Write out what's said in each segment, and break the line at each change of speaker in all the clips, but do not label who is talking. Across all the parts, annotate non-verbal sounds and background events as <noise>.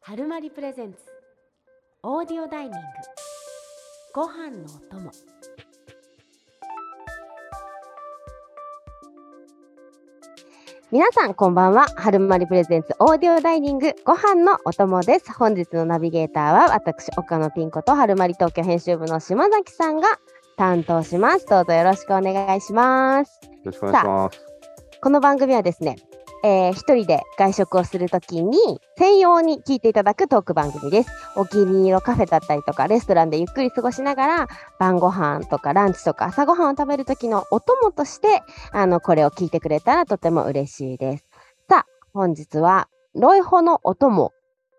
春まりプレゼンツオーディオダイニングご飯のお供皆さんこんばんは春まりプレゼンツオーディオダイニングご飯のお供です本日のナビゲーターは私岡野ピン子と春まり東京編集部の島崎さんが担当しますどうぞよろしくお願いします
よろしくお願いします。
この番組はですね、えー一人で外食をするときに専用に聞いていただくトーク番組です。お気に入りのカフェだったりとかレストランでゆっくり過ごしながら晩ご飯とかランチとか朝ごはんを食べるときのお供としてあのこれを聞いてくれたらとても嬉しいです。さあ本日はロイホのお供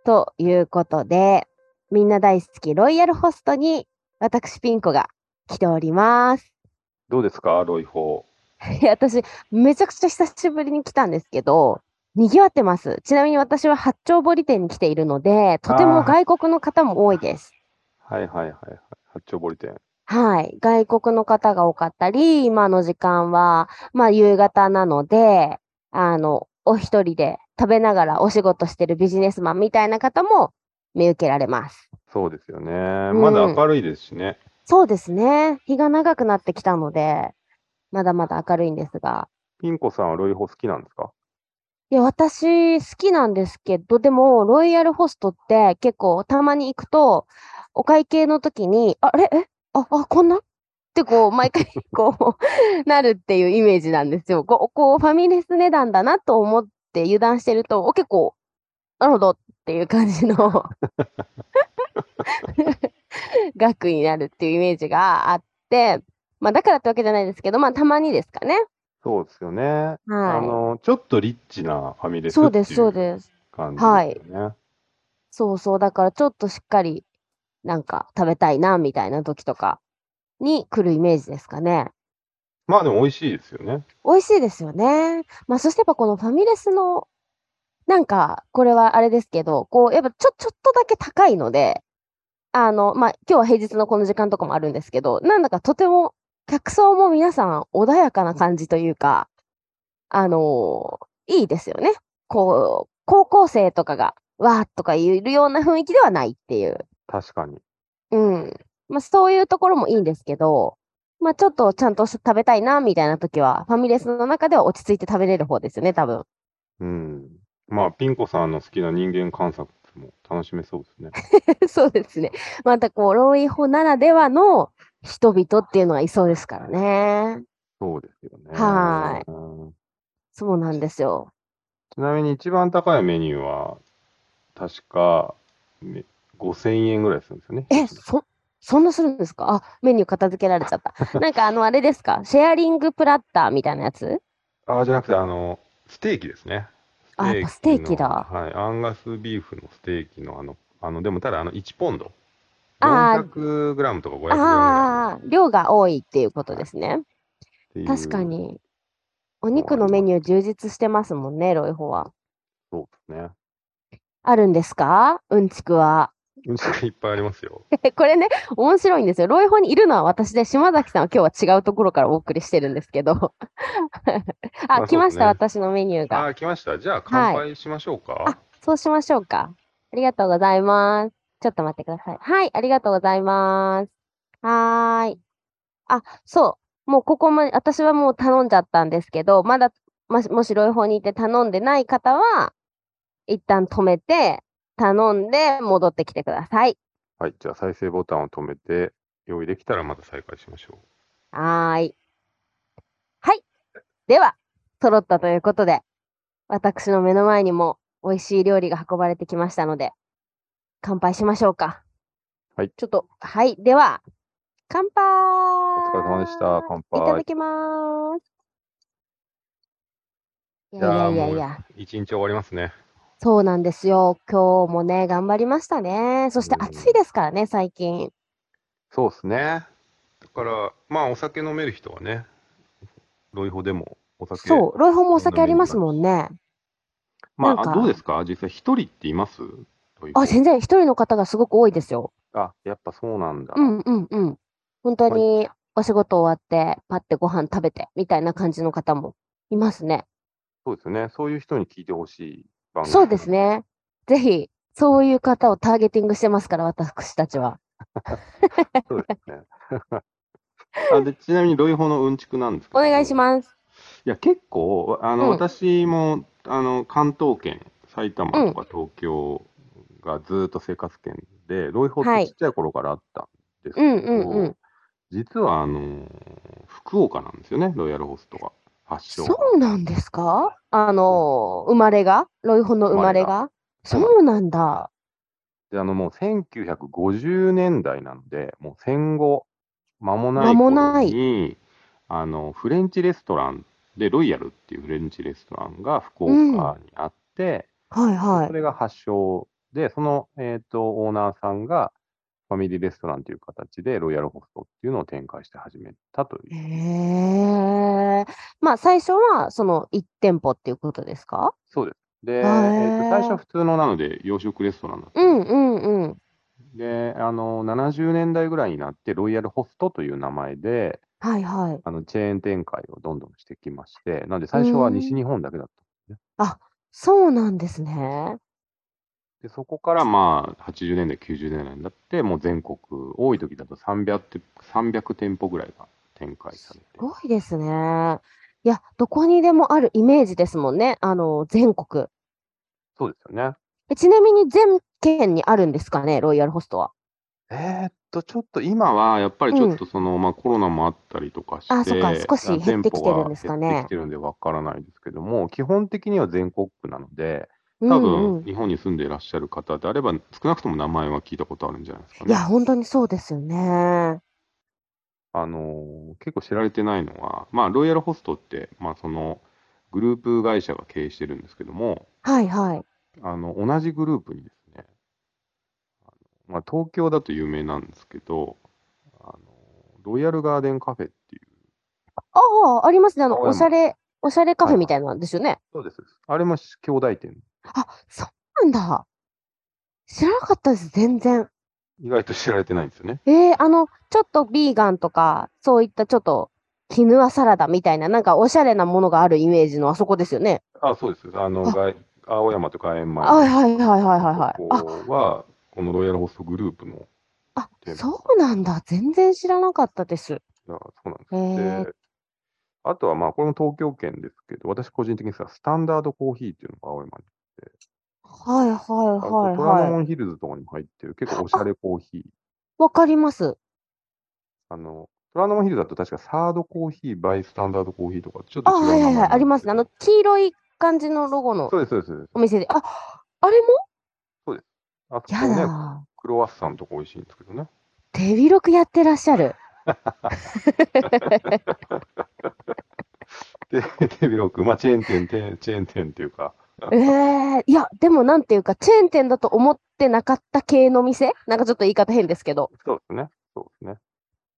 ということでみんな大好きロイヤルホストに私ピン子が来ております。
どうですか、ロイホ
<laughs> いや私、めちゃくちゃ久しぶりに来たんですけど、賑わってます。ちなみに私は八丁堀店に来ているので、とても
あー
外国の方も多いです。
ー。はいはいはいはい。八丁堀店。
はい。外国の方が多かったり、今の時間は、まあ夕方なので、あの、お一人で食べながらお仕事してるビジネスマンみたいな方も見受けられます。
そうですよね。
ん
まだ明るいですしね。
そうですね。日が長くなってきたので、まだまだ明るいんですが。
ピン子さんはロイホ好きなんですか
いや、私好きなんですけど、でも、ロイヤルホストって結構たまに行くと、お会計の時に、ああれえあ、あ、こんなってこう、毎回 <laughs> こう、なるっていうイメージなんですよ。こう、こうファミレス値段だなと思って油断してると、お結構、なるほどっていう感じの <laughs> 額になるっていうイメージがあって、まあ、だからってわけじゃないですけど、まあ、たまにですかね。
そうですよね。あ
は
の、ちょっとリッチなファミレ
い。
ス
そう
ってい
です、そう
う
です。
感じですよね。
そうそう、だからちょっとしっかり、なんか食べたいな、みたいな時とかに来るイメージですかね。
まあでも美味しいですよね。
美味しいですよね。まあ、そしてやっぱこのファミレスの、なんか、これはあれですけど、こう、やっぱちょ、ちょっとだけ高いので、あの、まあ、今日は平日のこの時間とかもあるんですけど、なんだかとても、客層も皆さん穏やかな感じというか、あのいいですよね。こう、高校生とかが、わーっとか言うような雰囲気ではないっていう。
確かに。
うん。まあ、そういうところもいいんですけど、まあ、ちょっとちゃんと食べたいな、みたいな時は、ファミレスの中では落ち着いて食べれる方ですよね、多分。 <laughs>
うん。まあ、ピン子さんの好きな人間観察も楽しめそうですね。
そうですね。また、こう、ロイホならではの人々っていうのがいそうですからね。
そうですよね。
は
うん
そうなんですよ。
ちなみに一番高いメニューは、確か、め5000円ぐらいするんですよね。
え、そ、そんなするんですかあ、メニュー片付けられちゃった。なんか、あの、あれですかシェアリングプラッターみたいなやつ
ああ、じゃなくて、あの、ステーキですね。
あやっぱ
ステー
ステー
キ
キだ
のはい。アンガスビーフのステーキの、あの、あの、でもただ、あの、1ポンド。
あー
400グラムとか500グラムぐらい
ああ、量が多いっていうことですね。
っていう
確か。に。お
う
肉
あ
の
り
メ
ま
ニュー充実してますもんね、ロイホは。
そうですね。
あるんですかうんちくは。
うんちくいっぱいありますよ。
えこれね、面白いんですよ。ロイホにいるのは私で、島崎さんは今日は違うところからお送りしてるんですけど。 <laughs>
あ
あ、来まし
そうです
た、
ね
私のメニュー
あ
が。
あ、来ました。じゃあ、乾杯しましょうか。
あ、そうしましょうか。ありがとうございます。ちょっと待ってください。はい、ありがとうございます。はーい。あ、そう。もうここまで、私はもう頼んじゃったんですけど、まだ、ましもしロイホに行って頼んでない方は、一旦止めて、頼んで戻ってきてください。
はい。じゃあ、再生ボタンを止めて、用意できたらまた再開しましょ
はーい。はい。では、揃ったということで、私の目の前にも美味しい料理が運ばれてきましたので、乾杯しましょうか。
はい。
ちょっと、はい。では、乾杯
う。お疲れ様でした。乾
いただ
杯。
きます。い
い
やい
や
や
ー
いやい
もう
や、
一日終わりますね。
そうなんですよ。今日もね、頑張りましたね。そして
うん
暑いですからね、最近。
そうですね。だから、まあ、お酒飲める人はね、ロイホでもお酒、
そう、ロイホもお酒ありますもんね。な
ま
ん
あ、
か
あどうですか実際、一人っていますロイホ
あ、全然一人の方がすごく多いですよ。
あ、やっぱそうなんだ。
うんうんうん。本当
はい
にお仕事終わって、パッてご飯食べてみたいな感じの方もいますね。
そうですよね。そういう人に聞いてほしい番組。
そうです。ね。ぜひ、そういう方をターゲティングしてますから、私たちは。
そうで
<laughs>
すね。あでちなみに、ロイホのうんちくなんですけ
お
ど
願いします。
いや、結構、あの、
うん
私も、あの、関東圏、埼玉とか東京がずーっと生活圏で、ロイホっ
は
て
い
ちっちゃい頃からあったんですけ
う
ど、
んうんうん。
実は、あのー福岡なんですよね、ロイヤルホストが。発祥が
そうなんですかあの、生まれがロイホの生まれが
生まれが
そうなんだ。
で、あの、もう1950年代なので、もう戦後、間もな
間
い
も
頃
ない
に、あの、フレンチレストランで、ロイヤルっていうフレンチレストランが福岡にあって、
はいは
そ
い。
れが発祥で、その、えっ、と、オーナーさんが、ファミリーレストランという形で、ロイヤルホストっていうのを展開して始めたという。
へえ。まあ、最初は、その1店舗っていうことですか
そうです。で、え
へー
っと最初は普通のなので、洋食レストランだった
うんん
です
うんうん。
で、あの、70年代ぐらいになって、ロイヤルホストという名前で、
はいはい。
あのチェーン展開をどんどんしてきまして、なんで最初は西日本だけだった。
そうなんですね。
で、そこからまあ80年代、90年代になって、もう全国、多い時だと300て300店舗ぐらいが展開されて
す。ごいですね。いや、どこにでもあるイメージですもんね。あの、全国。
そうですよね。
えちなみに全県にあるんですかね、ロイヤルホストは。
えーっと、ちょっと今はやっぱりちょっとその、まあコロナもあったりとかして、
あそっか少し減ってきてるんですかね
店舗が減ってきてるんでわからないですけども、基本的には全国区なので、
うん
多
うん
分日本に住んでいらっしゃる方であれば、少なくとも名前は聞いたことあるんじゃないですか
い
ね。
や、本当にそうですよね。
あのー結構知られてないのは、まあ、ロイヤルホストって、まあ、そのグループ会社が経営してるんですけども、
はいはい。
あの同じグループにですね、あのまあ、東京だと有名なんですけど、あのロイヤルガーデンカフェっていう、
ああ、ありますね。あの、お
青山
しゃれ、おしゃれカフェみたいなんですよね。
そうですあれも兄弟店、
あ、そうなんだ。知らなかったです、全然。
意外と知られてないんですよね。
えー、あの、ちょっとビーガンとか、そういったちょっと、キヌアサラダみたいな、なんかおしゃれなものがあるイメージのあそこですよね。
あそうですあの
あ
外青山とか円前
はいはいはいはいはいはい
ここは、このロイヤルホストグループの、
あ、
で
そうなんだ。全然知らなかったです。
あそうなんです
えー、
で、あとはまあ、これも東京圏ですけど、私個人的にさ、スタンダードコーヒーっていうのが青山に
はいはい
あと
はい
トラノ
はい。
モンヒルズとかにも入ってる、
<laughs>
結構おしゃれコーヒー。
わかります。
あの、トラノモンヒルズだと確かサードコーヒー、バイスタンダードコーヒーとか、ちょっと
あ、
違う名
は
前
いはいはい。ありますね。
な
あ
んで
の、黄色い感じのロゴの
けどそうです、そうですそうです。
お店で。あ、あれも
あと
や
こ
だ
ね、
ー。
クロワッサンとか美味しいんですけどね。
手広くやってらっしゃ
<laughs>
る。
で、手広く、まあ、チェーン店、チェーンチェーン店っていうか、
ええいや、でもなんていうか、チェーン店だと思ってなかった系の店なんかちょっと言い方変ですけど。
そうですね、そうですね。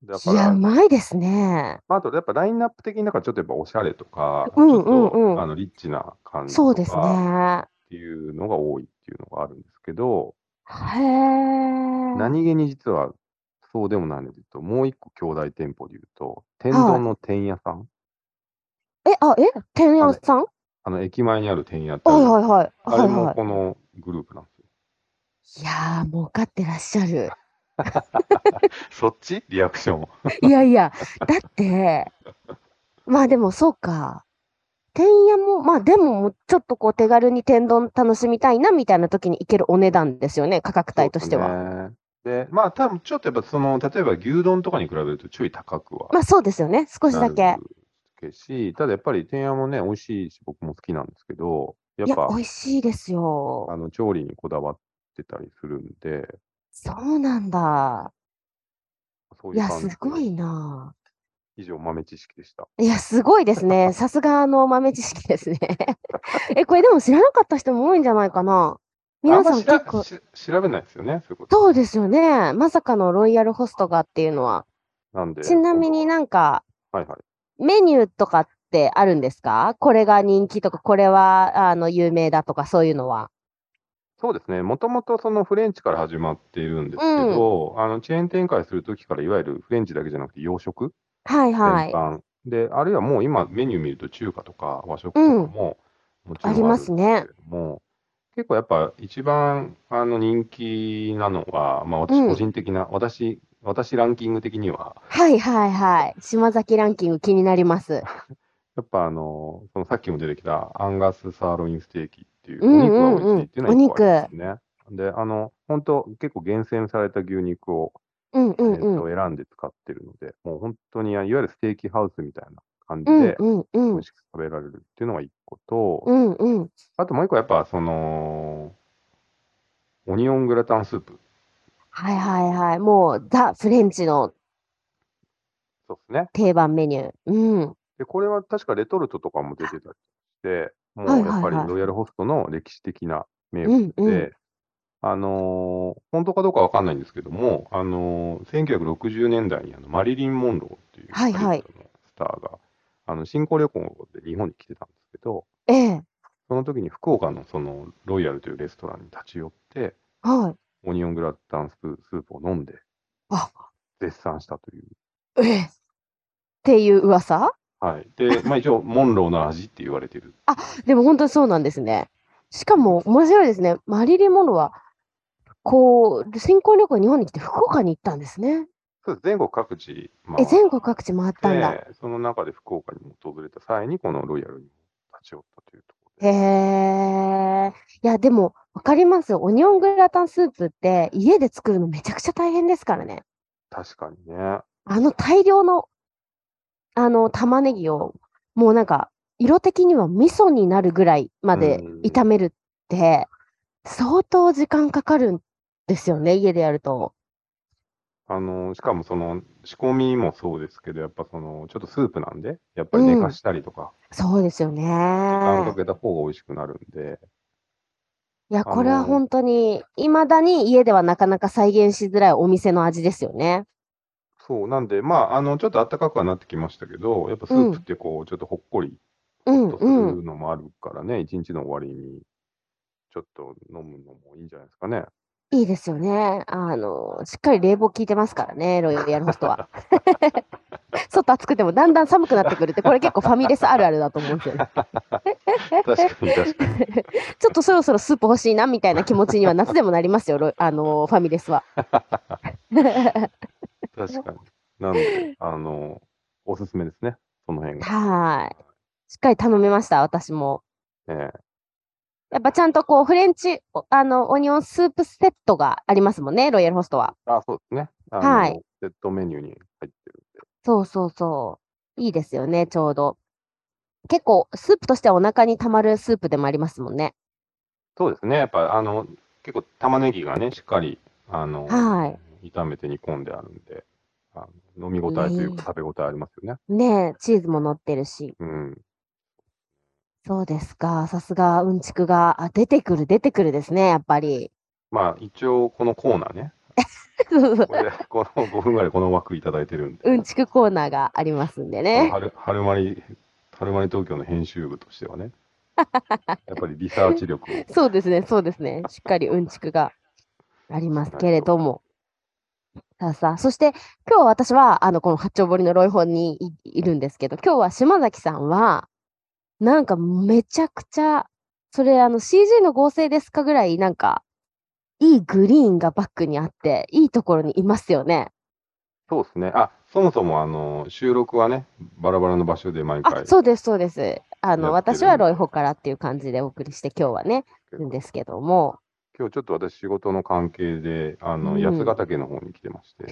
だか
いや、
ら、
うまいですね。
まあ、あとやっぱラインナップ的になんかちょっとやっぱおしゃれとか、
うんうんうん
ちょっとあのリッチな感じとか
そうですね。
っていうのが多いっていうのがあるんですけど、
へえ。
何気に実はそうでもないので言うと、もう一個兄弟店舗で言うと、天丼の天屋さん、
え、あ、え天屋さん
あの駅前にある天屋ってあ
は
る
いはいはい。
あ
は
れ
いは
もこのグループなんです
い。
よ。
いやー、儲かってらっしゃ
<laughs>
る。
そっちリアクション。
いやいや、だって、まあでもそうか。天屋も、まあでも、ちょっとこう手軽に天丼楽しみたいなみたいな時に行けるお値段ですよね、価格帯としては。
は。で、まあ多分ちょっとやっぱその、例えば牛丼とかに比べるとちょい高くは
まあそうですよね、少しだ
な
け
る。けし、ただやっぱり天屋もね、美味しいし、僕も好きなんですけど、や
い
っ
や、
ぱ
美味しいですよ。
あの調理にこだわってたりするんで、
そうなんだ。
そう
い
いう
や、
感
す
じで
ごいな。
以上、豆知識でした。
いや、すごいです
<laughs>
ね。さすがあの豆知識ですね。 <laughs> え、これでも知らなかった人も多いんじゃないかな。皆さ
あ
ん
ましら
結構、
し調べないですよね、そういうこと。
そうですよね。まさかのロイヤルホストがっていうのは。
なんで、
ちなみになんか、
はいはい。
メニューとかってあるんですかこれが人気とか、これはあの有名だとか、そういうのは。
そうですね、もともとそのフレンチから始まっているんですけど、あのチェーン展開するときから、いわゆるフレンチだけじゃなくて洋食
はい
全
はい。
般、で、あるいはもう今、メニュー見ると中華とか和食とかも、もちろん
ありますね
あるんですけれども結構やっぱ一番あの人気なのは、まあ私
うん
個人的な、私、私ランキング的には、
はいはいはい。島崎ランキング気になります。
やっぱあの、そのさっきも出てきたアンガスサーロインステーキっていう、
うん
お肉
うん
が美味しいっていうのは一個
うん
ありますね。で、あの、本当結構厳選された牛肉を、
うんうん
えっ
うん。
と、選んで使ってるので、もう本当に、いわゆるステーキハウスみたいな感じ
うん
で、
うん
美
うん
味。しく食べられるっていうのが一個と、
うんうん。
あともう一個やっぱ、その、オニオングラタンスープ。
はいはいはい。もう、ザ・フレンチの
そうですね。
定番メニュー。うん。
で、これは確かレトルトとかも出てたりして、も
はいうはい
やっぱり
はい
ロイヤルホストの歴史的な名
う
物
んうん。
で、あのー本当かどうかわかんないんですけども、あのー1960年代にあのマリリン・モンローっていう
はいはい
ハリウッドのスターが、あの新婚旅行で日本に来てたんですけど、
ええ。
その時に福岡のそのロイヤルというレストランに立ち寄って、
は
オニオングラタンスープスープを飲んで
あ、
絶賛したという。
い。ええ。っていう噂
はい。で、 <laughs> まあ一応、モンローの味って言われてる。
でも本当にそうなんですね。しかも面白いですね。マリリン・モンローは、こう、新婚旅行日本に来て福岡に行ったんですね。
そうです。全国各地回
え、
って
全国各地回ったんだ。
で、その中で福岡にも訪れた際に、このロイヤルに立ち寄ったというところ
へ
で。
え。いや、でも、わかります。オニオングラタンスープって、家で作るのめちゃくちゃ大変ですからね。
確かにね。
あの大量の、あの、玉ねぎを、もうなんか、色的には味噌になるぐらいまで
うん
炒めるって、相当時間かかるんですよね、家でやると。
あの、しかもその、仕込みもそうですけど、やっぱその、ちょっとスープなんで、やっぱり寝かしたりとか、
そうですよね。
時間かけた方が美味しくなるんで、
いや、
あの
これは本当に、いまだに家ではなかなか再現しづらいお店の味ですよね。
そう、なんで、まあ、あの、ちょっと暖かくはなってきましたけど、やっぱスープってこう、ちょっとほっこり
うん
とす
うん。
るのもあるからね、一日の終わりに、ちょっと飲むのもいいんじゃないですかね。
いいですよね。あの、しっかり冷房効いてますからね、ロイヤルホスト
<laughs>
は。外暑くてもだんだん寒くなってくるって、これ結構ファミレスあるあるだと思うんですよね。
確かに確かに。
ちょっとそろそろスープ欲しいなみたいな気持ちには夏でもなりますよ、ロイあの、ファミレスは。 <laughs>
確かに。なんで、あの、おすすめですね、その辺が。
はい。しっかり頼みました、私も。
ええ
やっぱちゃんとこう、フレンチ、おあの、オニオンスープセットがありますもんね、ロイヤルホストは。
あ、そうですね。あの
はい。
セットメニューに入ってる。
そうそうそう。いいですよね、ちょうど。結構、スープとしてはお腹にたまるスープでもありますもんね。
そうですね。やっぱ、あの、結構玉ねぎがね、しっかり、あの、
は
炒めて煮込んであるんで、あの飲み応えという
ね
か食べ応えありますよね。
ねえ、チーズも乗ってるし。
うん。
そうですか。さすが、うんちくが、あ、出てくる、出てくるですね、やっぱり。 <laughs>
まあ、一応、このコーナーね、こ
<laughs>
れで、この5分ぐらいこの枠いただいてるんで、
うんちくコーナーがありますんでね。
はるはるまり、はるまり東京の編集部とし
<laughs>
てはね、やっぱりリサーチ力を。
そうですね、そうですね。しっかりうんちくがありますけれども。さあさあ、そして今日私は、あの、この八丁堀のロイホンにいいるんですけど、今日は島崎さんは、なんかめちゃくちゃ、それあの CG の合成ですかぐらい、なんか、いいグリーンがバックにあって、いいところにいますよね。
そうですね。あ、そもそも、あの、収録はね、バラバラの場所で毎
あ、
回、
そうです、そうです。あの、
やってる
私はロイホからっていう感じでお送りして、今日はね、いるんですけども。
今日ちょっと私仕事の関係で、あの、
うん
八ヶ岳の方に来てまして、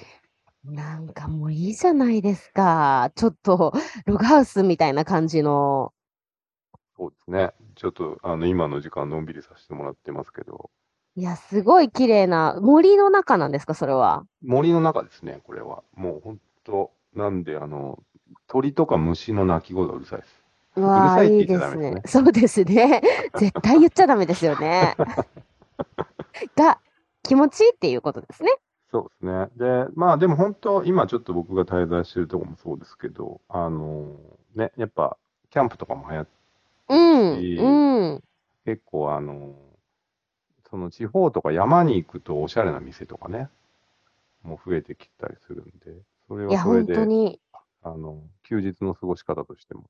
なんかもういいじゃないですか。ちょっと、 <laughs> ログハウスみたいな感じの。
そうですね。ちょっと、あの、今の時間のんびりさせてもらってますけど、
いや、すごい綺麗な、森の中なんですか、それは。
森の中ですね、これは。もう本当、なんで、あの、鳥とか虫の鳴き声がうるさいです。
う
る
わ
さ
あ、
いって
いいで
言っちゃダ
す
メ
ね。そうですね。 <laughs> 絶対言っちゃダメですよ
<laughs>
ね。が、気持ちいいっていうことですね。
そうですね。で、まあでも本当、今ちょっと僕が滞在してるとこもそうですけど、あの、ね、やっぱ、キャンプとかも流行って、
うん、
いい
うん。
結構、あの、その地方とか山に行くとおしゃれな店とかね、もう増えてきたりするんで、それ
い
は
や、
それ
本
で、
当に。
あの、休日の過ごし方としても、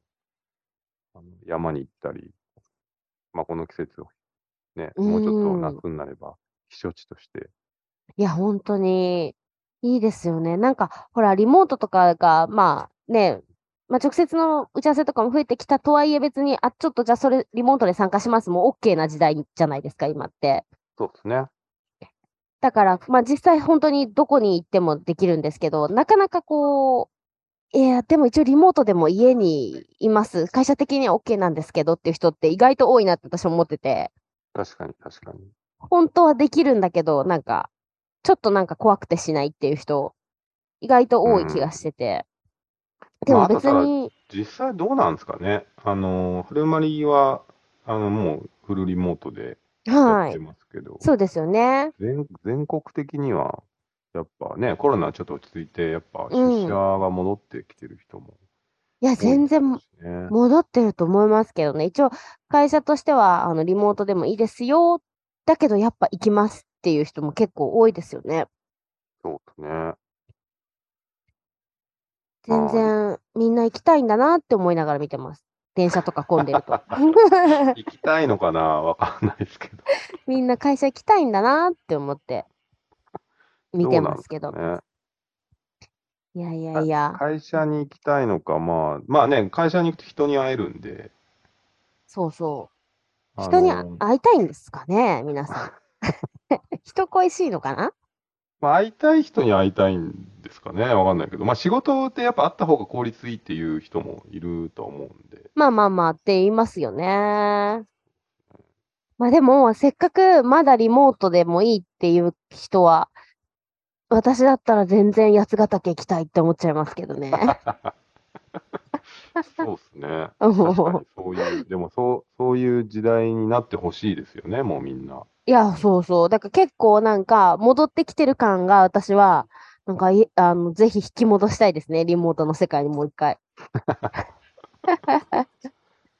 あの山に行ったり、まあ、この季節をね、
うん
もうちょっと夏になれば、避暑地として。
いや、本当にいいですよね。なんか、ほら、リモートとかが、まあね、まあ、直接の打ち合わせとかも増えてきたとはいえ、別に、あ、ちょっとじゃあそれ、リモートで参加します、もう OK な時代じゃないですか、今って。
そうですね。
だから、まあ、実際本当にどこに行ってもできるんですけど、なかなかこう、いや、でも一応リモートでも家にいます、会社的には OK なんですけどっていう人って意外と多いなって私思ってて、
確かに、確かに。
本当はできるんだけど、なんか、ちょっとなんか怖くてしないっていう人、意外と多い気がしてて。でも
まああと
別
ただ
に、
実際どうなんですかね。あの、フルマリは、あの、もうフルリモートでや
は
って
い、
ますけど、
そうですよね。
全全国的には、やっぱね、コロナちょっと落ち着いて、やっぱ出社が戻ってきてる人も
いや、
多い
全
ですしね、
然戻ってると思いますけどね、一応、会社としてはあのリモートでもいいですよ、だけどやっぱ行きますっていう人も結構多いですよね。
そうですね。
全然みんな行きたいんだなって思いながら見てます。電車とか混んでる
<laughs>
と。
行きたいのかなわかんないですけど。
みんな会社行きたいんだなって思って見てますけ
ど
ど。
うなんです
い
かね
やいやいや、
会社に行きたいのか、まあ、まあね、会社に行くと人に会えるんで。
そうそ
あ
う。
の
人に会いたいんですかね、皆さん。 <laughs> 人恋しいのかな
まあ、会いたい人に会いたいんですかね、わかんないけど、まあ、仕事ってやっぱ会った方が効率いいっていう人もいると思うん
<laughs>
で、
まあまあまあって言いますよね。まあでも、せっかくまだリモートでもいいっていう人は、私だったら全然八ヶ岳行きたいって思っちゃいますけど
<laughs>
ね。 <laughs>
そうですね。
うん
確かにそ
<laughs>
ういう、でもそう、そういう時代になってほしいですよね、もうみんな。
いや、そうそう。だから結構なんか戻ってきてる感が私は、なんかいあの、ぜひ引き戻したいですね。リモートの世界にもう一回。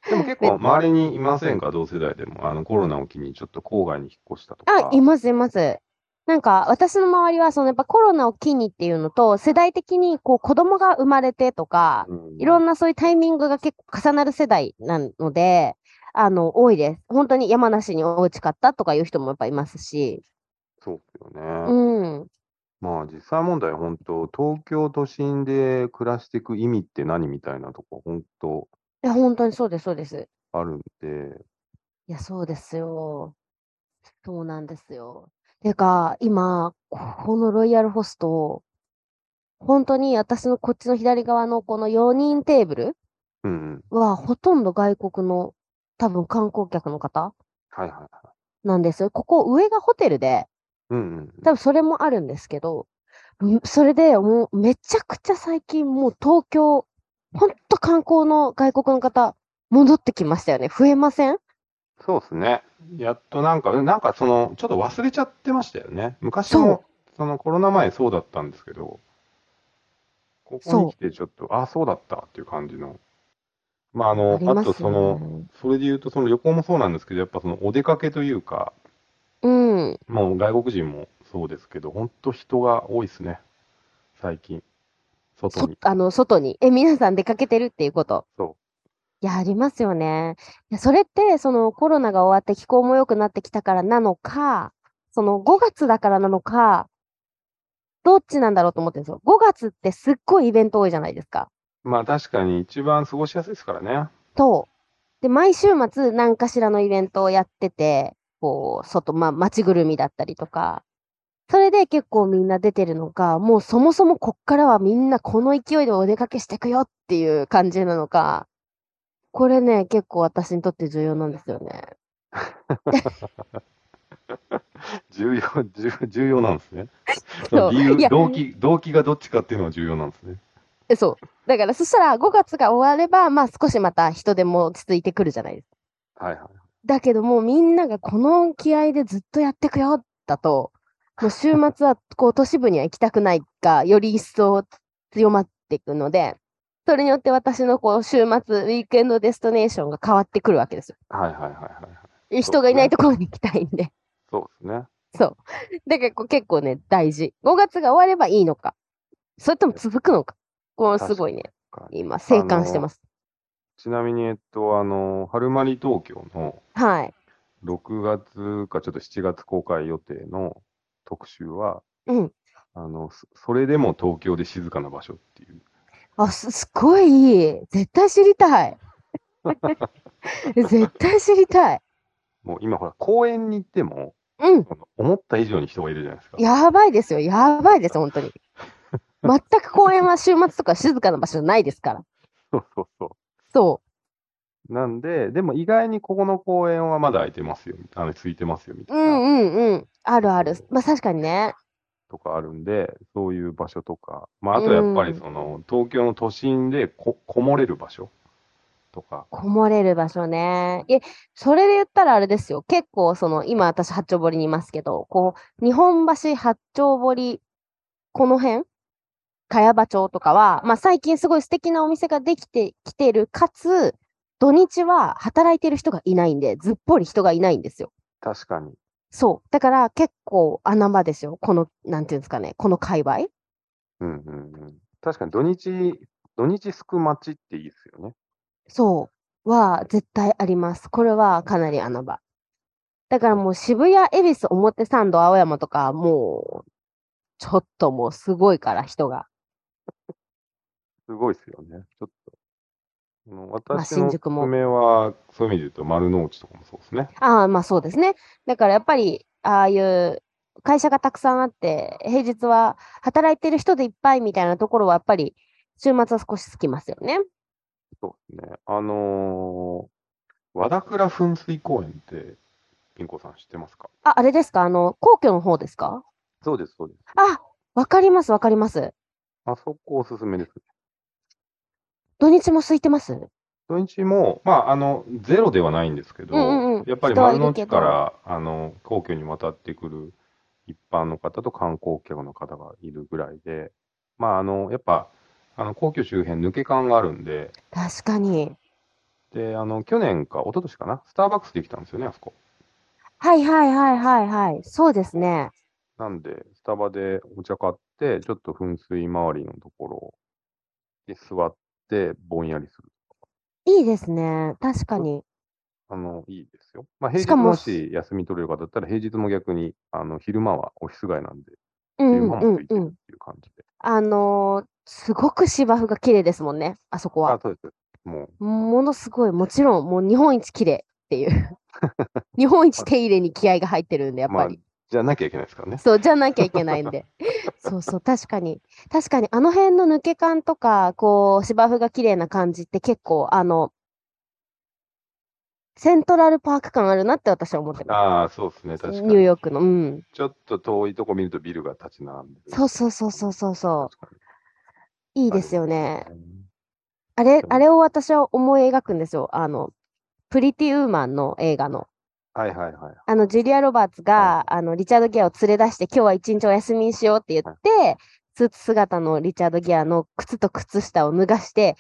でも結構周りにいませんか、同世代でも。あのコロナを機にちょっと郊外に引っ越したとか。
あ、います、います。なんか私の周りは、そのやっぱコロナを機にっていうのと、世代的にこう子供が生まれてとか、
うん
いろんなそういうタイミングが結構重なる世代なので、あの、多いです。本当に山梨にお家買ったとかいう人もやっぱいますし、
そうですよ
う
ね。
ん。
まあ実際問題、本当、東京都心で暮らしていく意味って何みたいなとこ、本当
いや、本当にそうです、そうです。
あるんで、
いや、そうですよ。そうなんですよ。てか、今、このロイヤルホスト、本当に私のこっちの左側のこの4人テーブル
うんうん、
は、ほとんど外国の、多分観光客の方
はいはいはい。
なんですよ。ここ上がホテルで、
うんうん、
多分それもあるんですけど、んそれでもうめちゃくちゃ最近もう東京、ほんと観光の外国の方、戻ってきましたよね。増えません
そうですね。やっとなんか、なんかその、ちょっと忘れちゃってましたよね。昔も、そのコロナ前そうだったんですけど、ここに来てちょっと、あ、そうだったっていう感じの。まあ、あの、
あり
あ
ま
と
す
そ
よ
の、
ね。
それで言うと、その旅行もそうなんですけど、やっぱそのお出かけというか、
うん。
もう外国人もそうですけど、本当人が多いですね。最近。外
そ
に。
あの外にえ皆さん出かけてるっていうこと
そ
いやありますよねいやそれってそのコロナが終わって気候も良くなってきたからなのかその5月だからなのかどっちなんだろうと思ってるんですよ5月ってすっごいイベント多いじゃないですか
う。まあ確かに一番過ごしやすいですからね。
とで毎週末何かしらのイベントをやっててこう外、まあ、街ぐるみだったりとかそれで結構みんな出てるのかもうそもそもこっからはみんなこの勢いでお出かけしてくよっていう感じなのかこれね結構私にとって重要なんですよね。
重要、重重要なんですね。 <laughs> そ
そ
の
う
理
い
由、
や
動機、動機がどっちかっていうのが重要なんですね。
えそうだからそしたら5月が終わればまあ少しまた人でも落ち着いてくるじゃないですか。
はいはい。
だけどもうみんながこの気合でずっとやってくよだ
<laughs>
ともう週末はこう都市部には行きたくないがより一層強まっていくのでそれによって私のこう週末ウィークエンドデストネーションが変わってくるわけですよ。
はいはいはいはい。ね
人がいないところに行きたいんで。 <laughs>
そうですね。
だからこう結構ね、大事。5月が終わればいいのか、それとも続くのか。こうすごいね、
確かに
今、静観してます。
ちなみに、えっと、あの、春まり東京の
はい。
6月かちょっと7月公開予定の特集は、
うん。
あの、そそれでも東京で静かな場所っていう。
あ、す、すごいいい。絶対知りた
<laughs>
い。 <laughs> 絶対知りたい。
もう今ほら、公園に行っても、
うん。
この思った以上に人がいるじゃないですか。
やばいですよ。やばいです、本当に。全く公園は週末とか静かな場所じゃないですから。
そうそうそ。
そう
なんで、でも意外にここの公園はまだ空いてますよ、あの、空いてますよ、みた
う。
いうな、
んうんうん。あるある。まあ確かにね。
とかあるんで、そういう場所とか、まあ、あとやっぱりその、東京の都心でこ、こもれる場所とか、
こもれる場所ね。え、それで言ったらあれですよ。結構その、今私八丁堀にいますけど、こう、日本橋八丁堀、この辺茅場町とかは、まあ最近すごい素敵なお店ができてきてる、かつ、土日は働いてる人がいないんで、ずっぽり人がいないんですよ。
確かに。
そう。だから結構穴場ですよ。この、なんていうんですかね、この界隈。
うんうんうん。確かに土日、土日すく街っていいですよね。
そう。は、絶対あります。これはかなり穴場。だからもう渋谷、恵比寿、表参道、青山とか、もう、ちょっともうすごいから、人が。
すごいですよね。ちょっと。あの
あ
私
新
のおす
宿
す
も
めは、そういう意味で言うと丸の内とかもそうですね。
ああ、まあそうですね。だからやっぱり、ああいう会社がたくさんあって、平日は働いてる人でいっぱいみたいなところは、やっぱり、週末は少しつきますよね。
そうですね。あのー和田倉噴水公園って、ピン子さん知ってますか
あ、あれですかあの、皇居の方ですか
そうです、そうです。
あ、わかります、わかります。
あそこおすすめです。
土日も空いてます
土日も、まあ、あの、ゼロではないんですけど、
うんうんうん
やっぱり
人は
丸
い
の
るけ
内
ど
から、あの、皇居に渡ってくる一般の方と観光客の方がいるぐらいで、まあ、あの、やっぱ、あの、皇居周辺抜け感があるんで、
確かに。
で、あの、去年か、一昨年かな、スターバックスできたんですよね、あそこ。
はいはいはいはいはい。そうですね。
なんで、スタバでお茶買って、ちょっと噴水周りのところで座って、ぼんやりする。
いいですね。確かに。
あの、いいですよ。まあ、
し
平日
かも
もし休み取れる方だったら、平日も逆に、あの、昼間はオフィス街なんで、
う
昼
ん
間
う
も
ん
ついて
う
るっ
ん。
ていう感じで。
あのーすごく芝生が綺麗ですもんね。あそこ
あ
は。、
そうです。も
ものすごい。もちろん、もう日本一綺麗っていう。 <laughs> 日本一手入れに気合が入ってるんで、やっ
う、ま
ぱ
あ
り。、
じゃなきゃいけないですからね。
そう、じゃなきゃいけないんで。 <laughs> そうそう、確かに。確かに、あの辺の抜け感とか、こう、芝生が綺麗な感じって結構、あの、セントラルパーク感あるなって私は思ってま
ああ、そうですね、
す。
確か
ニュー
に。
ヨークの。うん。
ちょっと遠いとこ見るとビルが立ち並んでる。
そうそうそうそうそうそ
確かに
う。いい
あるん
ですよね。
ね。
あれ
で、も
あれを私は思い描くんですよ。あの、プリティウーマンの映画の。
はいはいはい。
あの、ジュリア・ロバーツが、あの、リチャード・ギアを連れ出して、今日は一日お休みにしようって言って、スーツ姿のリチャード・ギアの靴と靴下を脱がして、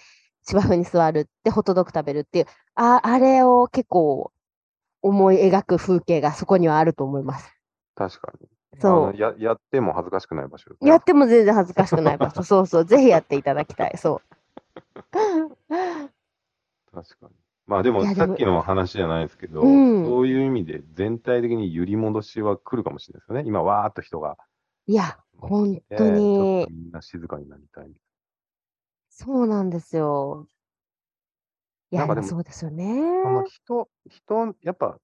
芝生に座るって、ホットドッグ食べるっていう、あ、あれを結構思い描く風景がそこにはあると思います。
確かに。
そう
あの。ややっても恥ずかしくない場所ですね
やっても全然恥ずかしくない
<laughs>
場所。そうそう。ぜひやっていただきたい。そう。
確かに。まあでも
いやで
さ
も
っきの話じゃないですけど、
うん
そういう意味で全体的に揺り戻しは来るかもしれないですよね。今、わーっと人が。
いや、本
えー
当に。
ちょっとみんな静かになりたい。
そうなんですよ。いや、
なんかでも
そうですよね。
その人、人、やっぱ、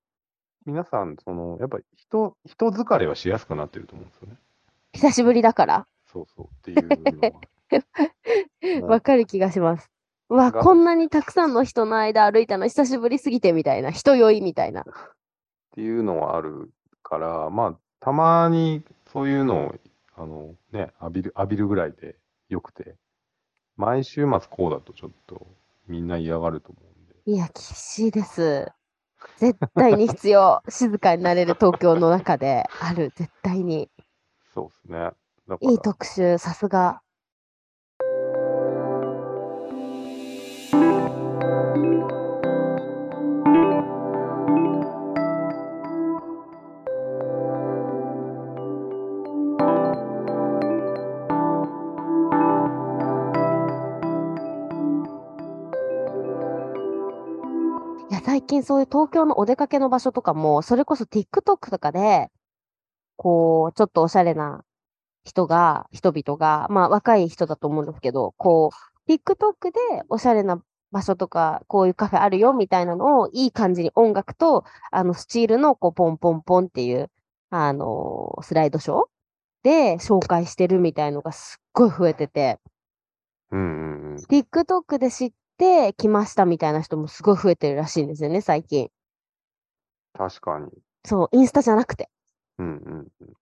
皆さん、その、やっぱ人、人疲れはしやすくなってると思うんですよね。
久しぶりだから、
そうそうっていうの
<laughs>
は。
わかる気がします。うわ、
が
こんなにたくさんの人の間歩いたの久しぶりすぎてみたいな、人酔いみたいな。
っていうのはあるから、まあ、たまにそういうのを、あのね、浴びる、浴びるぐらいでよくて、毎週末こうだとちょっとみんな嫌がると思うんで、
いや、厳しいです。絶対に必要。 <laughs> 静かになれる東京の中である、絶対に。
そうですね。だから
いい特集、さすが。いや、最近そういう東京のお出かけの場所とかも、それこそ TikTok とかで、こう、ちょっとおしゃれな人が、人々が、まあ若い人だと思うんですけど、こう、TikTok でおしゃれな場所とか、こういうカフェあるよみたいなのを、いい感じに音楽と、あの、スチールの、こう、ポンポンポンっていう、あのースライドショーで紹介してるみたいのがすっごい増えてて、
うんうんうん。
TikTok で知って来ましたみたいな人もすごい増えてるらしいんですよね、最近。
確かに。
そう、インスタじゃなくて。
うんうんうん。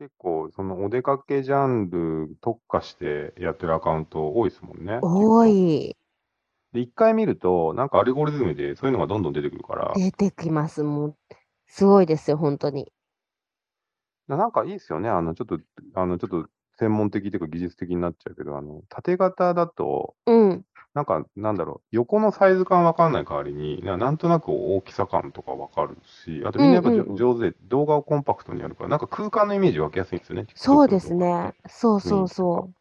結構、そのお出かけジャンル特化してやってるアカウント多いですもんね。
多。い。
で、一回見ると、なんかアルゴリズムでそういうのがどんどん出てくるから、
出てきます。もう、すごいですよ、本当に。
ななんかいいですよね。あの、ちょっと、あの、ちょっと専門的というか技術的になっちゃうけど、あの、縦型だと、
うん。
なんか、なんだろう、横のサイズ感わかんない代わりに、ななんとなく大きさ感とかわかるし、あとみんなやっぱじょ
うんうん
上手で動画をコンパクトにやるから、なんか空間のイメージ湧きやすいんですよね。
そうです
TikTok の動画っ
ね
て。。
そう
雰囲気とか
そうそう。い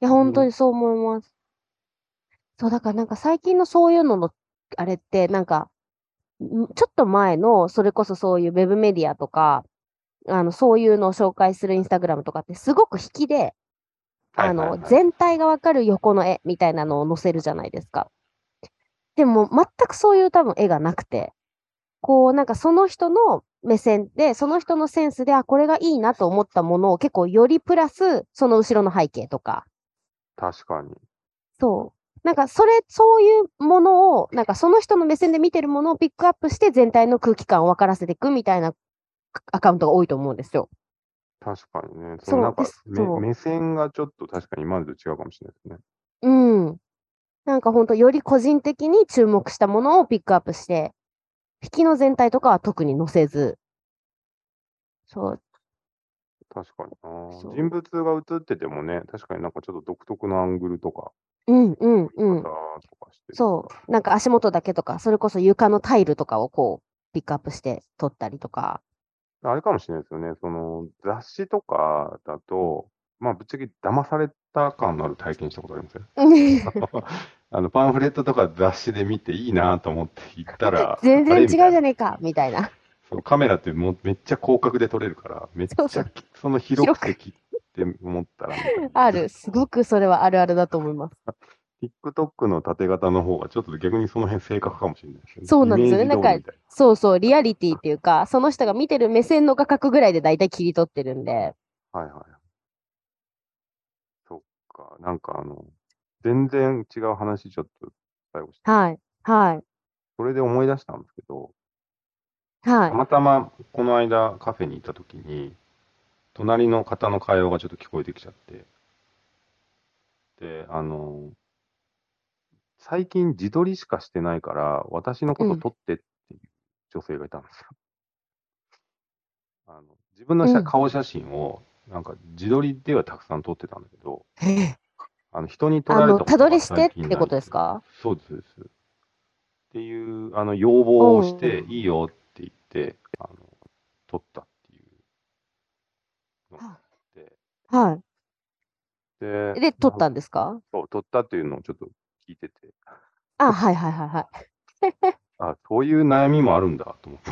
や、本当にそう思います。そう、だからなんか最近のそういうのの、あれって、なんか、んちょっと前の、それこそそういうウェブメディアとか、あの、そういうのを紹介するインスタグラムとかって、すごく引きで、あ
はいは
の
い、はい
全体がわかる横の絵みたいなのを載せるじゃないですか。でも、全くそういう多分絵がなくて、こう、なんかその人の目線で、その人のセンスで、あ、これがいいなと思ったものを結構よりプラス、その後ろの背景とか、
確かに。
そう。なんか、それ、そういうものを、なんか、その人の目線で見てるものをピックアップして、全体の空気感を分からせていくみたいなアカウントが多いと思うんですよ。
確かにね。
そ
そうのなんか
です
め
そう
目線がちょっと確かに今までと違うかもしれないですね。
うん。なんか、ほんと、より個人的に注目したものをピックアップして、引きの全体とかは特に載せず。そう。
確かにな
そう
人物が映っててもね、確かになんかちょっと独特のアングルとか、
うんうんう
方
ん
と。かしてる
そう。なんか、足元だけとか、それこそ床のタイルとかをこう、ピックアップして撮ったりとか。、
あれかもしれないですよね。その雑誌とかだと、まあ、ぶっちゃけ騙された感のある体験したことありますよ。あのパンフレットとか雑誌で見ていいなと思って行ったら
<laughs> 全然違
あれ
う
み
じ
たいな
ゃねえか、みたいな。
そうカメラってもうめっちゃ広角で撮れるから、めっち
そう
ゃ
そう
その広くて切って思ったらみたいな、
<laughs> ある。すごくそれはあるあるだと思います。
TikTok の縦型の方がちょっと逆にその辺正確かもしれないですよね。
そうなんですよね
イメージ通りみたい
そうそう、リアリティっていうか、その人が見てる目線の画角ぐらいで大体切り取ってるんで。
な。はいはい。そっか、なんかあの、全然違う話ちょっと最後して、
はい。は
それで思い出したんですけど、
い。はい
た。またまこの間カフェにいた時に隣の方の会話がちょっと聞こえてきちゃってであの最近自撮りしかしてないから私のこ
う
と
ん
撮ってっていう女性がいたんですよ、あの自分のした
うん
顔写真をなんか自撮りではたくさん撮ってたんだけどあの人に撮
あ
られ
の、
た
たどりしてっ
最近
てことですか
そうです、そうです。っていう、あの、要望をして、いいよって言って、あの、取ったっていうのがあって。
は
で
い。で、撮っ
なん
たんですか
そう、取ったっていうのをちょっと聞いてて、
あ、はいはいはいはい。
あ、そういう悩みもあるんだと思って。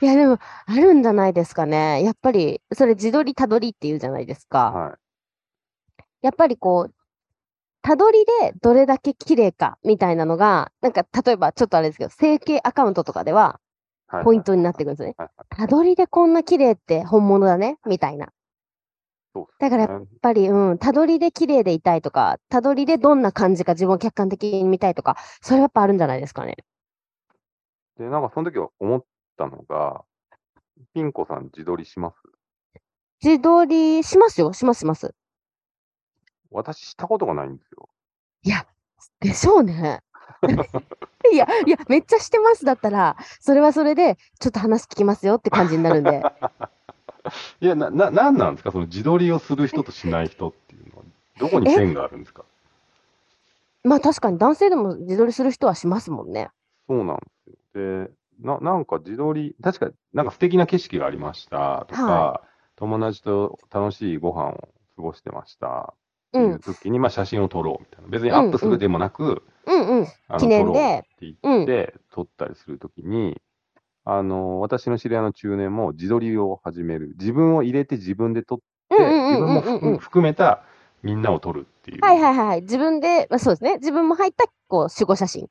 いや、でも、あるんじゃないですかね。やっぱり、それ自撮り、たどりっていうじゃないですか。
は
やっぱりこう、たどりでどれだけ綺麗かみたいなのが、なんか例えばちょっとあれですけど、整形アカウントとかでは、
い。はい、
ポイントになってくるんですね。
はいは
た
い
どりでこんな綺麗って本物だねみたいな。やっ
そう
だから
ら、
ぱり、うん、たどりで綺麗でいたいとか、たどりでどんな感じか自分を客観的に見たいとか、それはやっぱあるんじゃないですかね。
で、なんかその時は思ったのが、ピン子さん自撮りします
自撮りしますよ、しますします。
私したことがないんですよ。
でしょうね。 <laughs> いや、いや、めっちゃしてますだったら、それはそれで、ちょっと話聞きますよって感じになるん
<laughs>
で。
いや、な、な、なんなんですかその自撮りをする人としない人っていうのは、どこに線があるんですか
まあ確かに男性でも自撮りする人はしますもんね。
そうなんですよ。で、ななんか自撮り、確かなんか素敵な景色がありましたとか、
は
友達と楽しいご飯を過ごしてましたていう時に、まあ写真を撮ろうみたいな。別にアップするでもなく、
うんうん。
あの
記
撮
念
ろうっ
で。
て言って、撮ったりする時に、あの、私の知り合いの中年も自撮りを始める。自分を入れて自分で撮って、
うん
自
うんうん
分
うん
も含
うん
め。含めたみんなを撮るっていう、
はい
っ
はいはい。自分で、まあ、そうですね。自分も入った、こう、集合写真。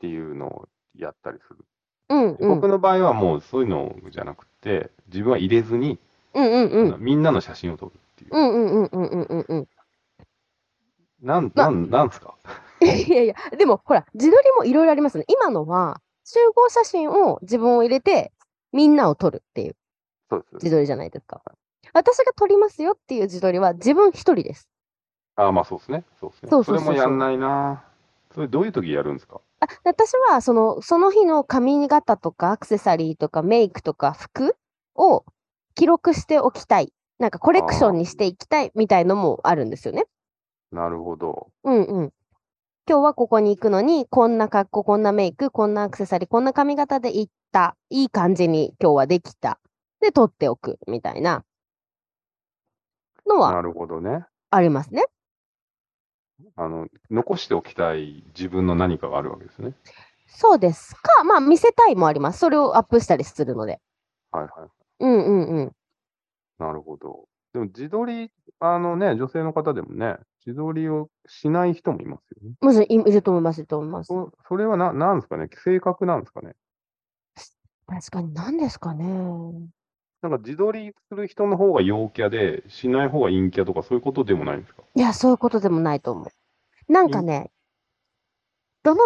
ていうのをやったりする。
うんうん。うん
僕の場合はもうそういうのじゃなくて、自分は入れずに、
うんう
あの
ん。
みんなの写真を撮るっていう。
うんうんうんうんうんうん。 <laughs>
なん、
ま
なん、なんですか
いやいやいや、でもほら、自撮りもいろいろありますね。今のは、集合写真を自分を入れて、みんなを撮るっていう
そうです
自撮りじゃないですか。私が撮りますよっていう自撮りは自分一人です。
ああ、まあそうですね。そうですね。
そ
そう
そうそうそう
れもやんないな。それどういう時やるんですか
あ私はその、その日の髪型とかアクセサリーとかメイクとか服を記録しておきたい。なんかコレクションにしていきたいみたいのもあるんですよね。
なるほど。
うんうん。今日はここに行くのに、こんな格好、こんなメイク、こんなアクセサリー、こんな髪型で行った。いい感じに今日はできた。で、撮っておくみたいなのは
なるほどね。
ありますね。
あの、残しておきたい自分の何かがあるわけですね。
そうですか。まあ、見せたいもあります。それをアップしたりするので。
はいはい。
うんうんうん。
なるほど。でも自撮り、あのね、女性の方でもね、自撮りをしない人もいますよね。
もちろんいいると思います、いると思います。
そそれはな、なんですかね性格なんですかね
確かに何ですかね。
なんか自撮りする人の方が陽キャで、しない方が陰キャとかそういうことでもないんですか
いや、そういうことでもないと思う。なんかね、どの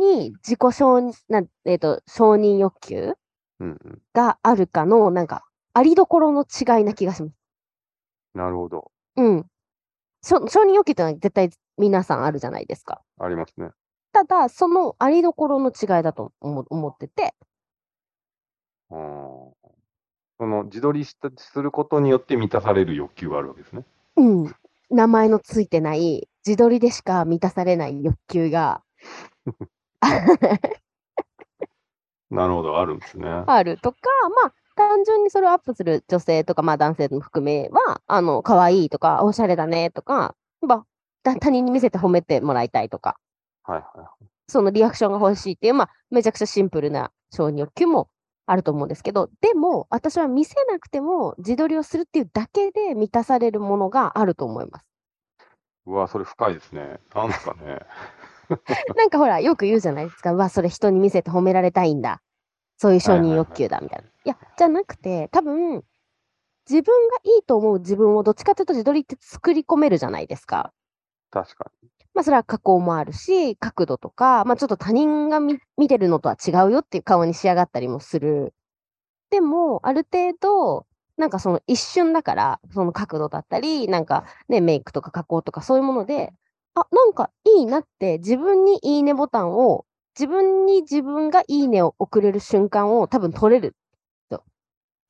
辺に自己承認、なんえっ、と、承認欲求
うんうん。
があるかの、なんか、ありどころの違いな気がします。
なるほど。
うん。しょ承認欲求ってのは絶対皆さんあるじゃないですか。
ありますね。
ただ、そのありどころの違いだと思思ってて、
あーその自撮りしたすることによって満たされる欲求があるわけですね。
うん。名前のついてない、自撮りでしか満たされない欲求が
なるほど、あるんですね。
あるとか、まあ、単純にそれをアップする女性とか、まあ男性も含めは、あの、可愛いとか、おしゃれだねとか、まあ、だ他人に見せて褒めてもらいたいとか、
はいは
そのリアクションが欲しいっていう、まあ、めちゃくちゃシンプルな承認欲求もあると思うんですけど、でも、私は見せなくても自撮りをするっていうだけで満たされるものがあると思います。
い。うわ、それ深いですね。なんですかね。
なんかほら、よく言うじゃないですか、うわ、それ人に見せて褒められたいんだ。そういう承認欲求だ、みたいな。いや、じゃなくて、多分、自分がいいと思う自分をどっちかというと自撮りって作り込めるじゃないですか。
確か
まあ、それは加工もあるし、角度とか、まあ、ちょっと他人が見見てるのとは違うよっていう顔に仕上がったりもする。でも、ある程度、なんかその一瞬だから、その角度だったり、なんかね、メイクとか加工とかそういうもので、あ、なんかいいなって自分にいいねボタンを、自分に自分がいいねを送れる瞬間を多分取れると。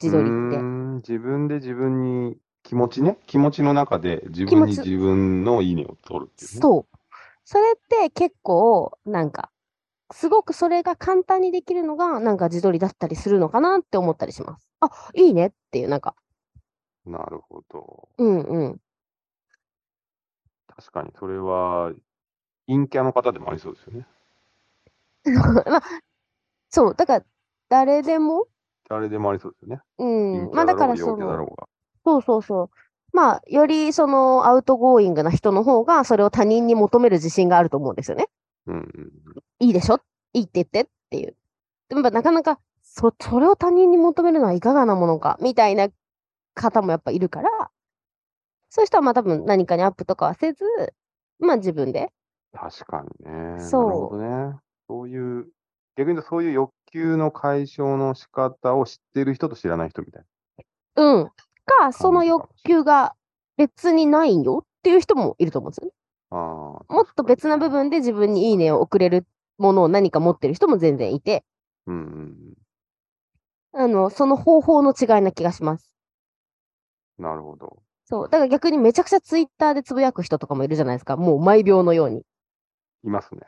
に。
自撮り
う
っ
ー
て。
ん自分で自分に気持ちね。気持ちの中で自分に
気持ち
自分のいいねを取るっていうね。
そう。それって結構、なんか、すごくそれが簡単にできるのが、なんか自撮りだったりするのかなって思ったりします。あ、いいねっていう、なんか、
なるほど。
うんうん。
確かに、それは陰キャの方でもありそうですよね。
まあ、そう、だから、誰でも、
誰でもありそうですよね。
うん。
陰キ
まあ、
ャだ
だから
ろうが
そ
陽キャだろ
の、
うが。
そうそうそう。まあ、よりそのアウトゴーイングな人の方が、それを他人に求める自信があると思うんですよね。
うんうん。
いいでしょいいって言ってっていう。でもやっぱなかなかそ、それを他人に求めるのはいかがなものか、みたいな方もやっぱいるから、そういう人はまあ多分何かにアップとかはせず、まあ自分で。
確かにね。なる
そ
ほ
う
どね。そういう、逆に言うとそういう欲求の解消の仕方を知ってる人と知らない人みたい
うん。か、その欲求が別にないよっていう人もいると思うんですよね。
な。ああ。
もっと別な部
分。
分で自分にいいねを送れるものを何か持ってる人も全然いて、
うんうん
あの、その方法の違いな気がします。
うん。なるほど。
そう。だから逆にめちゃくちゃツイッターでつぶやく人とかもいるじゃないですか。もう毎秒のように。
いますね。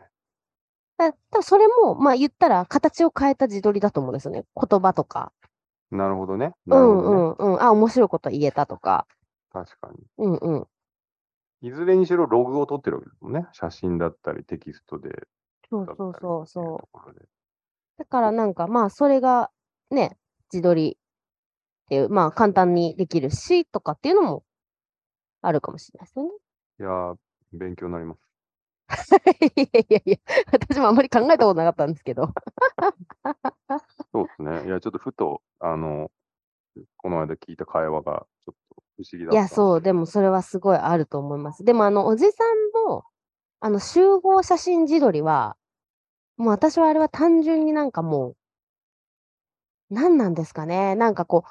だ多分それも、まあ言ったら、形を変えた自撮りだと思うんですよね。言葉とか。
なるほどね。
う
なるほ
ん
ど
う
ね。
んうん。あ、面白いこと言えたとか。
確かに。
うんうん。
いずれにしろログを取ってるわけですもんね。写真だったり、テキストで。
そう
だった
そ
り
うそうそう
っていところで
だからなんかまあそれがね、自撮りっていう、まあ簡単にできるしとかっていうのもあるかもしれないですよね。 <laughs>
いやー、勉強になります。
いやいや <laughs> いや、私もあんまり考えたことなかったんですけど。
そうですね。いや、ちょっとふと、あの、この間聞いた会話が、ちょっと不思議だっ
い
た。
や、そう、で
も。
もそれはすごいあると思います。でもあの、おじさんの、あの、集合写真自撮りは、もう私はあれは単純になんかもう、何なんですかね。なんかこう、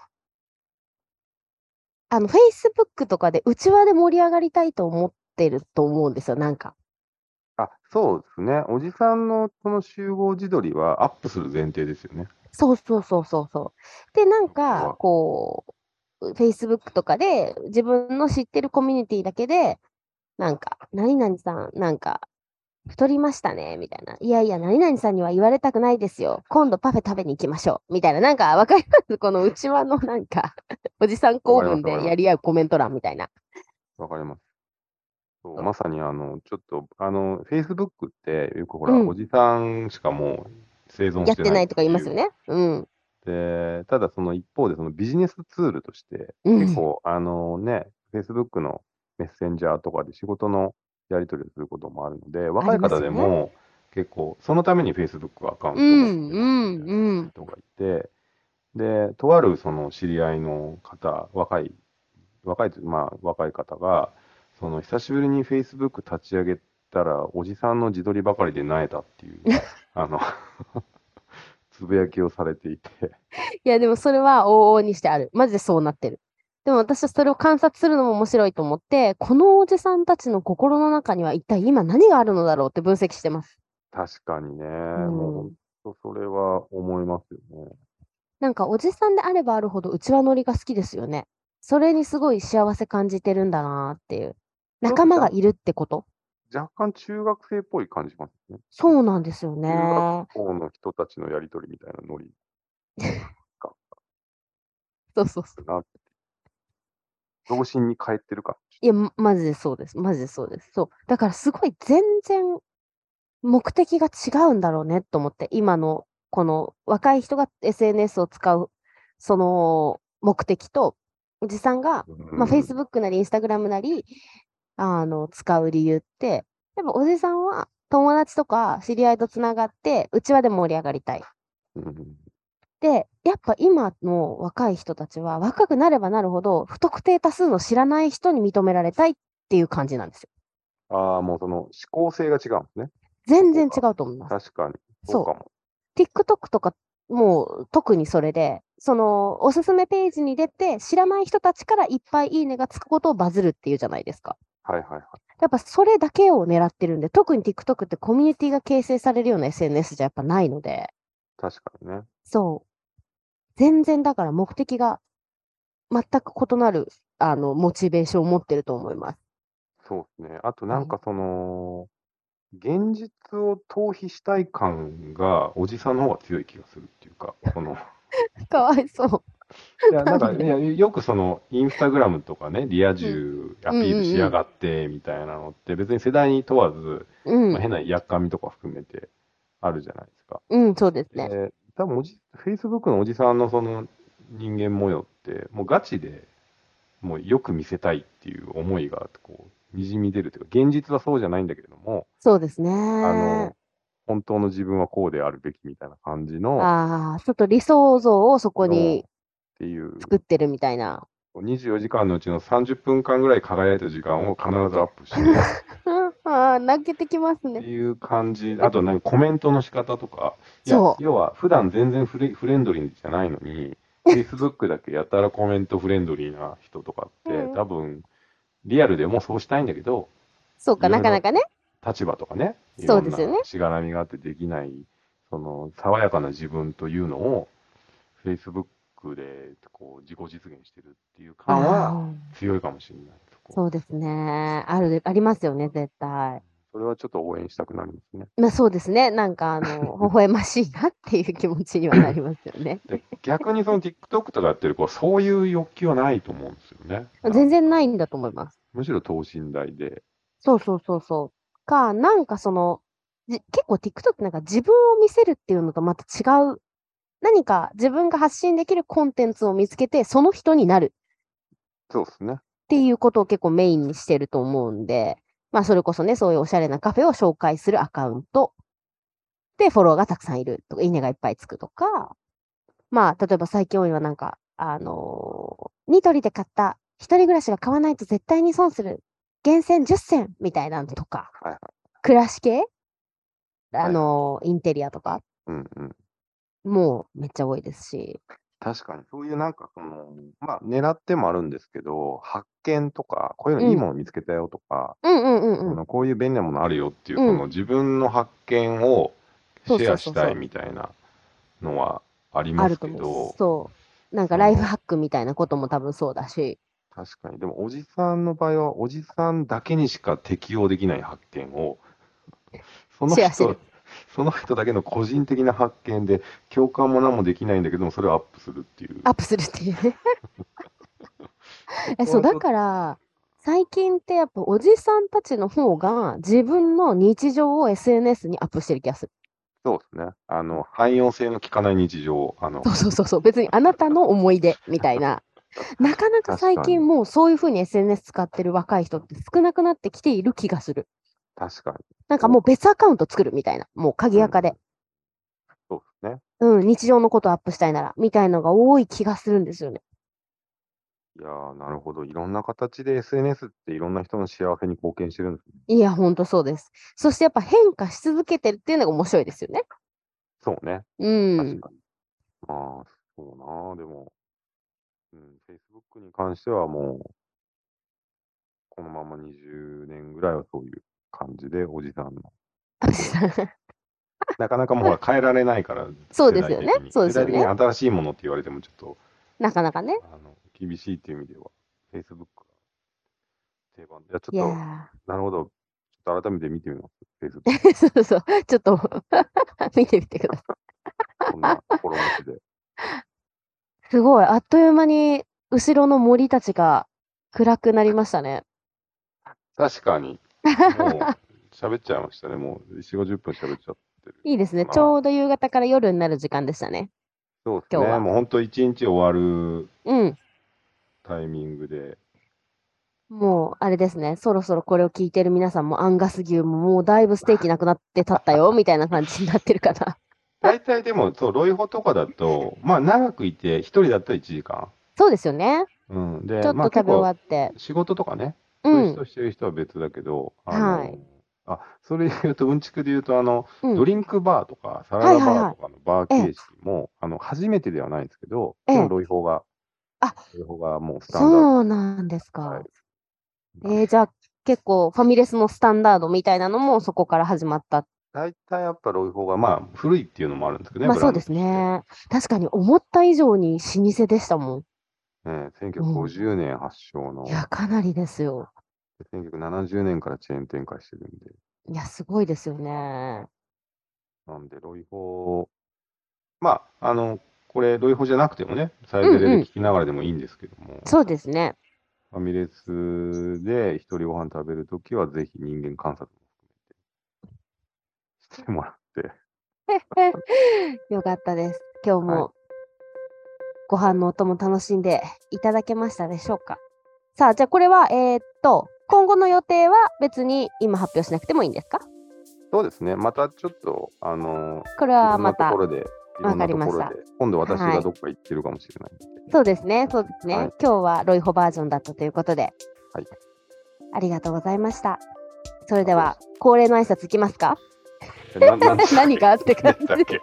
あの、Facebook とかで内輪で盛り上がりたいと思ってると思うんですよ、なんか。
あ、そうですね。おじさんのこの集合自撮りはアップする前提ですよね。
そうそうそうそうそう。で、なん
そっ
か
か、
こう、Facebook とかで自分の知ってるコミュニティだけで、なんか、何々さん、なんか、太りましたね、みたいな。いやいや、何々さんには言われたくないですよ。今度パフェ食べに行きましょう。みたいな。なんか、わかりますこの内輪のなんか、 <laughs> おじさん公文でやり合うコメント欄みたいな。
わかります。そう
そう
まさにあの、ちょっと、あの、Facebook って、よくほら、
うん
おじさんしかもう生存
やっ
してて
な
ない
いとか言いますよね。うん。
で、ただその一方で、そのビジネスツールとして、
うん
結構、あのね、Facebook のメッセンジャーとかで仕事のやり取りをすることもあるので、若い方で
あります
も結構、そのために Facebook アカウン
う
トを持
ん、
って
う
ます
ん、
みたいな
うん。
人がいて、で、とあるその知り合いの方、若い、若いという、まあ若い方が、その久しぶりに Facebook 立ち上げたら、おじさんの自撮りばかりで萎えたっ
<laughs>
ていう、あの、つぶやきをされていて、
いや、でもそれは往々にしてある。マジでそうなってる。でも私はそれを観察するのも面白いと思って、このおじさんたちの心の中には一体今何があるのだろうって分析してます。
確かにね、
うん
もう本当それは思いますよね。
なんかおじさんであればあるほどうちわ乗りが好きですよね。それにすごい幸せ感じてるんだなーっていう。仲間がいるってこと
若干中学生っぽい感じしますね。
そうなんですよね。
この人たちのやりとりみたいなノリ
そうそうそう。 <laughs>
だなって。童心に帰ってるか。
いや、まマジでそうです。マジでそうです。そう。だからすごい全然目的が違うんだろうねと思って、今のこの若い人が SNS を使うその目的と、おじさんが、まあ、
うん
Facebook なり Instagram なり、あの、使う理由って、やっぱおじさんは友達とか知り合いとつながって、うちわで盛り上がりたい。
うん
で、やっぱ今の若い人たちは、若くなればなるほど、不特定多数の知らない人に認められたいっていう感じなんですよ。
ああ、もうその思考性が違うんですね。
全然違うと思います。
確かに。
そ
そううかも。
TikTok とかもう特にそれで、そのおすすめページに出て、知らない人たちからいっぱいいいねがつくことをバズるっていうじゃないですか。
はいはいはい。
やっぱそれだけを狙ってるんで、特に TikTok ってコミュニティが形成されるような SNS じゃやっぱないので、
確かにね。
そう。全然だから目的が全く異なる、あの、モチベーションを持ってると思います。
そうですね。あとなんかその、現実を逃避したい感がおじさんの方が強い気がするっていうか、この。
<laughs> かわいそう。
<laughs> いや、 <laughs> なんか、
なん
い
で
やよくその、インスタグラムとかね、リア充アピールしやがって、みたいなのって、別に世代に問わず、
う
まあ
ん、
変なやっかみとか含めて、あるじゃないですか。
うん、そうですね。
で、多分おじ、Facebook のおじさんのその、人間模様って、もうガチで、もうよく見せたいっていう思いが、こう、にじみ出るというか、現実はそうじゃないんだけれども、
そうですね。
あの、本当の自分はこうであるべきみたいな感じの、っ
ああ、ちょっと理想像をそこに
ていう。
作ってるみたいな。
24時間のうちの30分間ぐらい輝いた時間を必ずアップして
うん <laughs> あー泣けてきます
って
ね。
いう感じ、あとなんかコメントの仕方とか、いや
そう
要は普段全然フレフレンドリーじゃないの
<laughs>
に、Facebook だけやたらコメントフレンドリーな人とかって、
うん
多分リアルでもそうしたいんだけど、
そうか
いろい
な
ろ
かなかね。
立場とかね、い
そ
ろ
うんで
な
すよね
しがらみがあってできない、その爽やかな自分というのを、Facebook でこう自己実現してるっていう感は
あー
強いかもしれない。そこ
そうですね。ある、ありますよね、絶対。
それはちょっと応援したくなりますね。
まあそうですね。なんか、あ
<laughs>
の、微笑ましいなっていう気持ちにはなりますよね。
で逆にその TikTok とかやってる子はそういう欲求はないと思うんですよね。
全然ないんだと思います。
むしろ等身大で。
そうそうそうそう。か、なんかその、じ結構 TikTok ってなんか自分を見せるっていうのとまた違う、何か自分が発信できるコンテンツを見つけて、その人になる
そうですね。
っていうことを結構メインにしてると思うんで、まあそれこそね、そういうおしゃれなカフェを紹介するアカウントでフォロワーがたくさんいるとか、いいねがいっぱいつくとか、まあ例えば最近多いのはなんか、あのーニトリで買った一人暮らしが買わないと絶対に損する厳選10選みたいなのとか、
はいはい。
暮らし系
い
あのーインテリアとか、
うんうん。
もうめっちゃ多いですし、
確かに、そういうなんかその、まあ、狙ってもあるんですけど、発見とか、こういうのいいもの見つけたよとか、
うんうんうん
あ
うん。
のこういう便利なものあるよっていう、
うん
この自分の発見をシ
そうそう
ェ
そ
ア
うそう
したいみたいなのはあり
あ
ま
る
す
と
け
思う
ど。、
そう。なんかライフハックみたいなことも多分そうだし、
確かに。でも、おじさんの場合は、おじさんだけにしか適用できない発見を、その
シェアして
人
る、
<laughs> その人だけの個人的な発見で、共感も何もできないんだけども、それをアップするっていう。
アップするって <laughs> いうね。え
こ
そう
はち
だ
ょっと
から最近ってやっぱおじさんたちの方が自分の日常を SNS にアップしてる気がする。
そうですね。あの、汎用性の効かない日常、あの
そ、うそうそうそう別にあなたの思い出みたい <laughs> な。なかなか最
確かに
近もうそういうふうに SNS 使ってる若い人って少なくなってきている気がする。
確かに。
なんかもう別アカウント作るみたいな。もう鍵垢で。
そうですね。
うん、日常のことアップしたいならみたいのが多い気がするんですよね。
いやー、なるほど。いろんな形で SNS っていろんな人の幸せに貢献してるんですね。
いや、ほんとそうです。そしてやっぱ変化し続けてるっていうのが面白いですよね。
そうね。
うん
確。かに。まあ、そうなあ、でも、うん、Facebook に関してはもう、このまま20年ぐらいはそういう感じで、おじさんの。
おじさん
なかなかもうほら変えられないから、
<laughs> そうですよね
世代的に
そうですよね
世代的に新しいものって言われてもちょっと、
なかなかね。
あの厳しいっていう意味では、Facebook が定番。いや、ち
い
ょ
や
っと、なるほど。ちょっと改めて見てみます。Facebook
ー <laughs> そうそう、ちょっと <laughs> 見てみてください。
こんな心持
<laughs>
ちで。
すごい、あっという間に後ろの森たちが暗くなりましたね。
確かに。もう、喋っちゃいましたね。もう、4、50分喋っちゃってる。
いいですね。
まあ
ちょうど夕方から夜になる時間でしたね。
そうです
今日
ね。
は
もう本当一日終わる
うん。
タイミングで。
もう、あれですね。そろそろこれを聞いてる皆さんもアンガス牛ももうだいぶステーキなくなってたった
<laughs>
よ、みたいな感じになってるかな。
大体でも、そう、ロイホとかだと、まあ長くいて、一人だったら1時間。
そうですよね。
うん。
ち
で、
ょっと
まあ
食べ
結
終わ
構、
って。
仕事とかね、
う。
そういうん人してる人は別だけど、
は
の
い、
あ、それで言うと、うんちくで言うと、あの、
うん
ドリンクバーとか、サラダバーとかのバー形式も、あの、初めてではないんですけど、
ええ
もうロイホが、
あ
ロイホがもうスタンダード。
そうなんですか。
はい
えーじゃあ結構ファミレスのスタンダードみたいなのもそこから始まった。
大体やっぱロイホが、まあ、古いっていうのもあるんですけどね、
まあ
ブラ
そう
ン
で
ドとし
す
て。
ね。確かに思った以上に老舗でしたも
ね1950年発祥の
ん。い、や、かなりですよ。
1970年からチェーン展開してるんで、
いや、すごいですよね。
なんで、ロイホまあ、あの、これ、ロイホじゃなくてもね、サイゼリ
う
ヤ
ん
で
うん
聞きながらでもいいんですけども、
そうですね。
ファミレスで一人ご飯食べるときは、ぜひ人間観察も含めて、してもらって、
よかったです。今日もご飯のお供楽しんでいただけましたでしょうか。さあ、じゃあこれは、えーっと、今後の予定は別に今発表しなくてもいいんですか
そうですね、またちょっと、あの、
これ
い
は
ろんな
ま
と
た
こ。ろで、いろんなところ
わか
で、今度私
は
が
い
どっか行ってるかもしれないんで、
そうですね、そうですね。
はい
今日はロイホバージョンだったということで、
はい
ありがとうございました。それでは恒例の挨拶いきます <laughs> か。
えななんで
<laughs> 何があってか
なんだっけ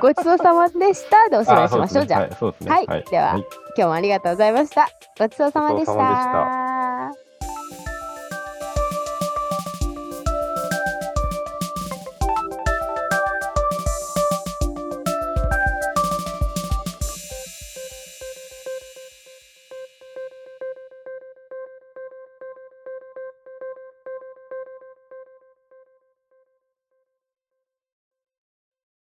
ごちそうさまでしたでおしまいしましょう。じゃあ、
あそうですね
はい
はい、
では今日もありがとうございました。ごちそうさまでした。
ごちそうさまで